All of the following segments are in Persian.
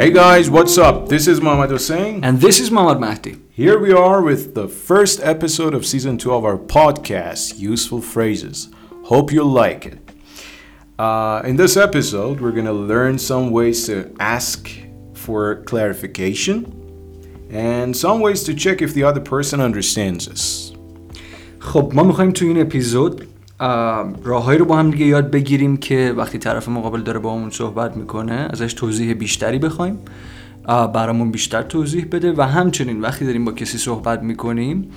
Hey guys, what's up? This is Mohammad Hussein. And this is Mohammad Mahdi. Here we are with the first episode of season two of our podcast, Useful Phrases. Hope you like it. Uh, in this episode, we're going to learn some ways to ask for clarification and some ways to check if the other person understands us. خب ما میخوایم تو این اپیزود ام، راههایی رو با هم دیگه یاد بگیریم که وقتی طرف مقابل داره با همون صحبت میکنه ازش توضیح بیشتری بخوایم اه، برامون بیشتر توضیح بده و همچنین وقتی داریم با کسی صحبت میکنیم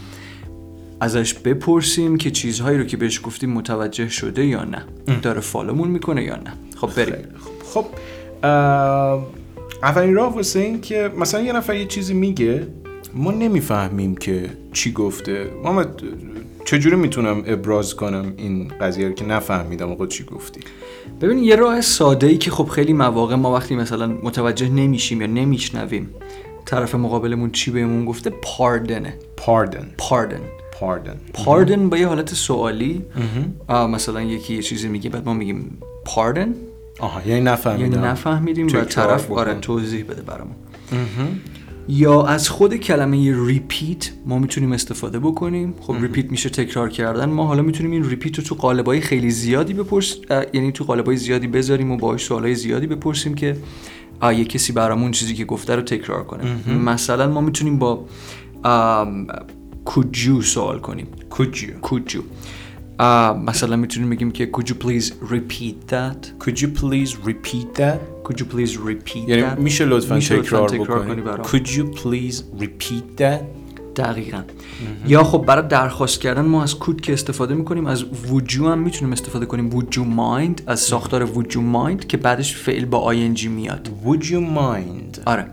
ازش بپرسیم که چیزهایی رو که بهش گفتیم متوجه شده یا نه داره فالومون میکنه یا نه خب بریم خب اه، اولین راه واسه این که مثلا یه نفر یه چیزی میگه ما نمیفهمیم که چی گفته محمد چجوری میتونم ابراز کنم این قضیه رو که نفهمیدم آقا چی گفتی ببین یه راه ساده ای که خب خیلی مواقع ما وقتی مثلا متوجه نمیشیم یا نمیشنویم طرف مقابلمون چی بهمون گفته پاردنه پاردن پاردن پاردن پاردن با یه حالت سوالی آه، مثلا یکی یه چیزی میگه بعد ما میگیم پاردن آها یعنی نفهمیدم یعنی نفهمیدیم و تکرار طرف بکن. آره توضیح بده برامون یا از خود کلمه ریپیت ما میتونیم استفاده بکنیم خب ریپیت میشه تکرار کردن ما حالا میتونیم این ریپیت رو تو قالبای خیلی زیادی بپرس اه، یعنی تو قالبای زیادی بذاریم و باهاش سوالای زیادی بپرسیم که آه، یه کسی برامون چیزی که گفته رو تکرار کنه مثلا ما میتونیم با ام، could you سوال کنیم Could you could you آه، مثلا میتونیم بگیم که could you please repeat that Could you please repeat that could you please repeat that یعنی میشه لطفا تکرار, کنی بکنی برام Could you please repeat that دقیقا یا خب برای درخواست کردن ما از کود که استفاده میکنیم از وجو هم میتونیم استفاده کنیم وجو مایند از ساختار وجو مایند که بعدش فعل با آینجی میاد Would you mind آره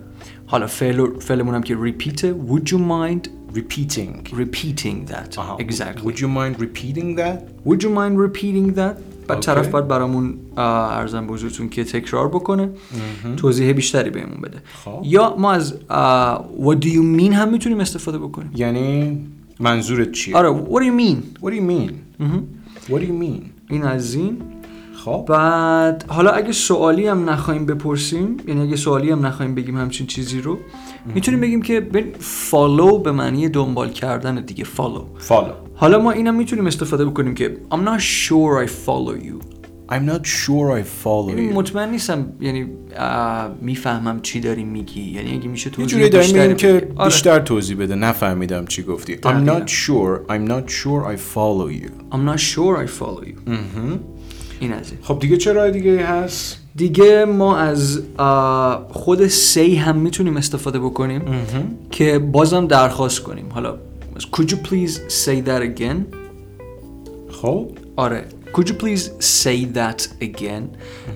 حالا فعل و- فعلمون هم که ریپیته would you mind repeating repeating that آها. exactly Would you mind repeating that Would you mind repeating that? بعد Okay. طرف باید برامون آه، ارزم به حضورتون که تکرار بکنه توضیح بیشتری بهمون بده خب. یا ما از آه، what do you mean هم میتونیم استفاده بکنیم یعنی منظورت چیه آره what do you mean What do you mean? What do you mean? این از این خب بعد حالا اگه سوالی هم نخوایم بپرسیم یعنی اگه سوالی هم نخوایم بگیم همچین چیزی رو میتونیم بگیم که ببین فالو به معنی دنبال کردن دیگه فالو follow. حالا ما اینم میتونیم استفاده بکنیم که I'm not sure I follow you I'm not sure I follow you. مطمئن نیستم یعنی اه، میفهمم چی داری میگی یعنی اگه میشه یه توضیح جوری داریم بیشتری میگیم که بدی. آره. بیشتر توضیح بده نفهمیدم چی گفتی. I'm دقیقاً. not sure. I'm not sure I follow you. I'm not sure I follow you این از این. خب دیگه چه راه دیگه هست؟ دیگه ما از اه، خود سی هم میتونیم استفاده بکنیم که بازم درخواست کنیم حالا could you please say that again خب آره could you please say that again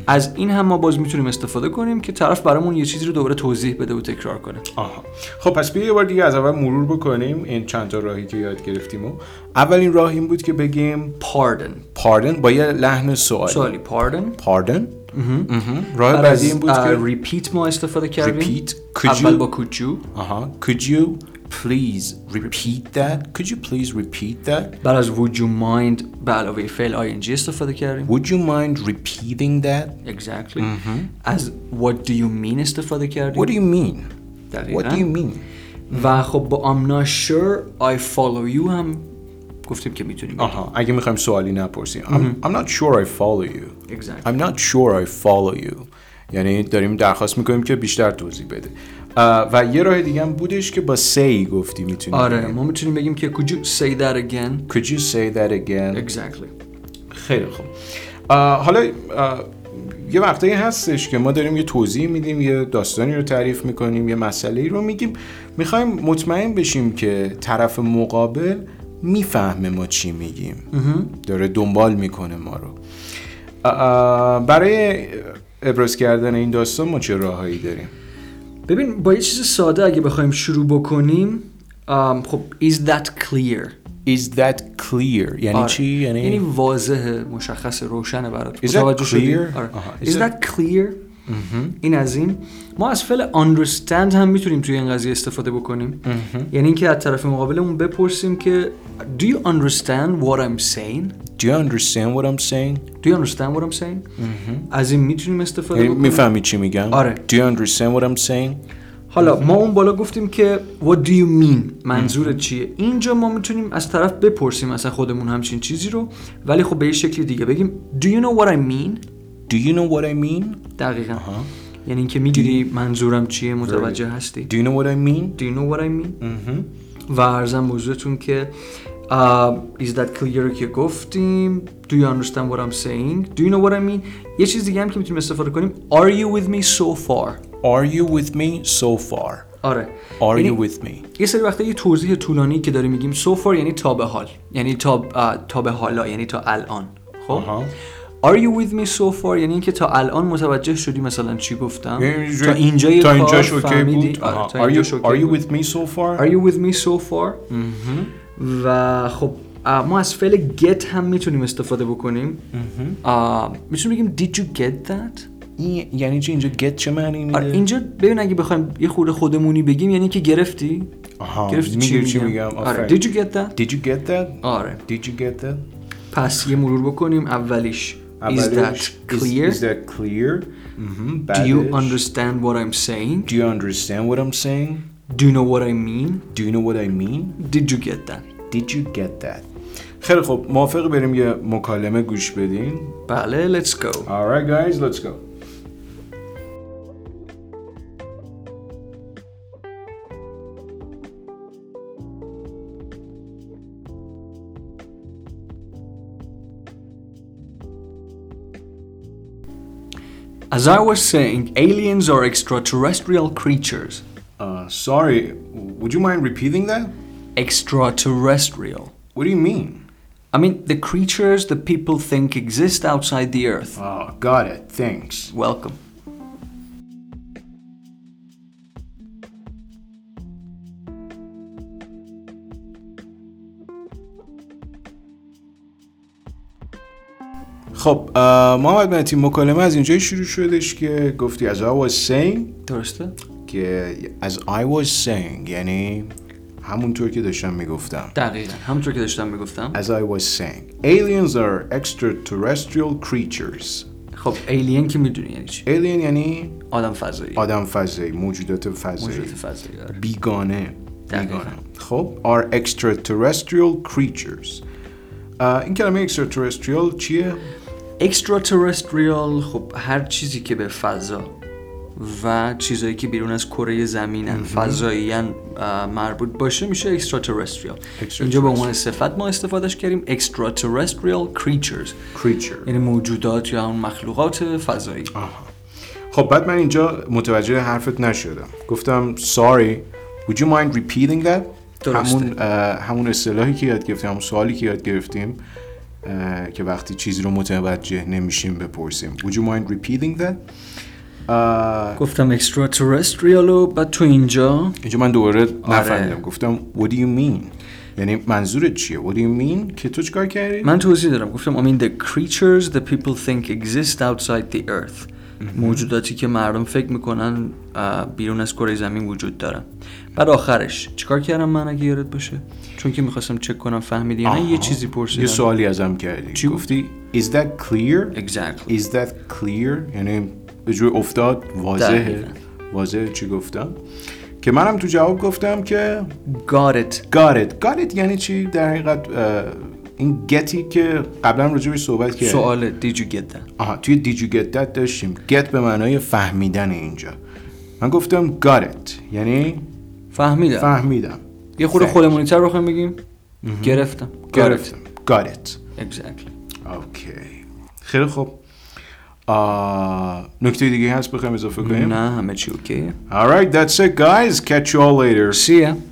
از این هم ما باز میتونیم استفاده کنیم که طرف برامون یه چیزی رو دوباره توضیح بده و تکرار کنه آها خب پس بیا یه بار دیگه از اول مرور بکنیم این چند تا راهی که یاد گرفتیم و اولین راه این بود که بگیم pardon pardon با یه لحن سوال سوالی pardon pardon مهم. راه بعد بعدی از، این بود اه، که ریپیت ما استفاده کردیم repeat could اول you با could you آها could you please repeat that could you please repeat that بعد از would you mind به علاوه فعل ing استفاده کردیم would you mind repeating that exactly از what do you mean استفاده کردیم what do you mean what do you دقیقاً mean و خب با I'm not sure I follow you um. هم گفتیم که میتونیم بگیم. آها اگه میخوایم سوالی نپرسیم I'm, I'm not sure I follow you Exactly. I'm not sure I follow you یعنی داریم درخواست میکنیم که بیشتر توضیح بده اه، و یه راه دیگه هم بودش که با say گفتی میتونیم آره ما میتونیم بگیم که could you say that again could you say that again exactly خیلی خوب آه، حالا آه، یه وقتایی هستش که ما داریم یه توضیح میدیم یه داستانی رو تعریف میکنیم یه مسئله رو میگیم میخوایم مطمئن بشیم که طرف مقابل میفهمه ما چی میگیم داره دنبال میکنه ما رو آه، آه، برای ابراز کردن این داستان ما چه راههایی داریم ببین با یه چیز ساده اگه بخوایم شروع بکنیم ام، خب is that clear Is that clear یعنی آره. چی یعنی یعنی واضحه مشخص روشنه برات Is that متوجه شدی؟ clear? آره. آها. Is Is that clear این از این ما از فعل understand هم میتونیم توی این قضیه استفاده بکنیم یعنی اینکه از طرف مقابلمون بپرسیم که do you understand what I'm saying Do you understand what I'm saying? do you understand what I'm saying از این میتونیم استفاده یعنی بکنیم میفهمی چی میگم؟ آره. Do you understand what I'm saying? حالا ما اون بالا گفتیم که what do you mean منظور چیه اینجا ما میتونیم از طرف بپرسیم اصلا خودمون همچین چیزی رو ولی خب به یه شکل دیگه بگیم do you know what I mean Do you know what I mean? دقیقا یعنی اینکه میگیری منظورم چیه متوجه هستی Do you know what I mean? do you know what I mean و ارزم به حضورتون که آه، is that clear که گفتیم do you understand what I'm saying do you know what I mean یه چیز دیگه هم که میتونیم استفاده کنیم are you with me so far Are you with me so far? آره Are یعنی you with me? یه سری وقتا یه توضیح طولانی که داریم میگیم so far یعنی تا به حال یعنی تا آه، تا به حالا یعنی تا الان خب آها. Are you with me so far یعنی اینکه تا الان متوجه شدی مثلا چی گفتم یعنی تا اینجا یه تا کار اینجاش اوکی فهمیدی؟ بود آره، آها. تا Uh-huh. Are you اینجاش اوکی are you بود. with me so far? Are you with me so far و خب آه، ما از فعل get هم میتونیم استفاده بکنیم آه، میتونیم بگیم did you get that این- یعنی چی اینجا get چه معنی آره، میده؟ اینجا ببین اگه بخوایم یه خورده خودمونی بگیم یعنی که گرفتی آها. گرفتی می‌دونی چی میگم. میگم؟ آره آفرین. did you Uh, get that Did you get that? آره Did you get that? پس یه مرور بکنیم اولیش is that اولش clear Is, is that clear? مهم. do you بعدش understand what I'm saying Do you understand what I'm saying? do you know what I mean Do you know what I mean? did you get that Did you get that? خیلی خب موافق بریم یه مکالمه گوش بدیم بله let's go Alright guys, let's go As I was saying, aliens are extraterrestrial creatures. Uh, sorry, would you mind repeating that? Extraterrestrial. What do you mean? I mean, the creatures that people think exist outside the Earth. Oh, got it, thanks Welcome. خب اه، محمد مهتی مکالمه از اینجای شروع شدش که گفتی as I was saying درسته؟ که as I was saying یعنی همونطور که داشتم میگفتم دقیقا همونطور که داشتم میگفتم As I was saying, aliens are extraterrestrial creatures. خب alien که میدونی یعنی چی؟ Alien یعنی آدم فضایی آدم فضایی، موجودات فضایی. موجود فضایی آره. بیگانه دقیقاً. بیگانه خب are extraterrestrial creatures اه، این کلمه extraterrestrial چیه؟ Extraterrestrial خب هر چیزی که به فضا و چیزایی که بیرون از کره زمینن فضاییان مربوط باشه میشه extraterrestrial اینجا به عنوان صفت ما استفادهش کردیم extraterrestrial creatures creature یعنی موجودات یا اون مخلوقات فضایی آها. خب بعد من اینجا متوجه حرفت نشدم گفتم sorry would you mind repeating that درسته. همون اه، همون اصطلاحی که یاد گرفتیم همون سوالی که یاد گرفتیم اه، که وقتی چیزی رو متوجه نمیشیم بپرسیم would you mind repeating that اه، گفتم extraterrestrial و بعد تو اینجا اینجا من دوباره آره. نفهمیدم گفتم what do you mean یعنی منظورت چیه what do you mean که تو چیکار کردی من توضیح دارم گفتم I mean the creatures that people think exist outside the earth موجوداتی که مردم فکر میکنن اه، بیرون از کره زمین وجود دارن بعد آخرش چیکار کردم من اگه یادت باشه چون که میخواستم چک کنم فهمیدی یا نه یعنی یه چیزی یه پرسیدم سوالی ازم کردی چی گفتی is that clear exactly is that clear یعنی به جور افتاد واضحه دقیقاً. واضحه چی گفتم که منم تو جواب گفتم که got it got it got it یعنی چی در حقیقت اه، این گتی که قبلا راجع بهش صحبت کردیم سوال did you get that آها توی دیجی گت دت داشتیم گت به معنای فهمیدن اینجا من گفتم got it یعنی فهمیدم فهمیدم یه خورده Thank you. خودمونی تر بخوایم بگیم گرفتم Got it. گرفتم got it exactly اوکی خیلی خب آه، نکته Mm-hmm. دیگه هست بخوایم اضافه کنیم نه همه چی اوکیه Alright, that's it guys. Catch you all later. see ya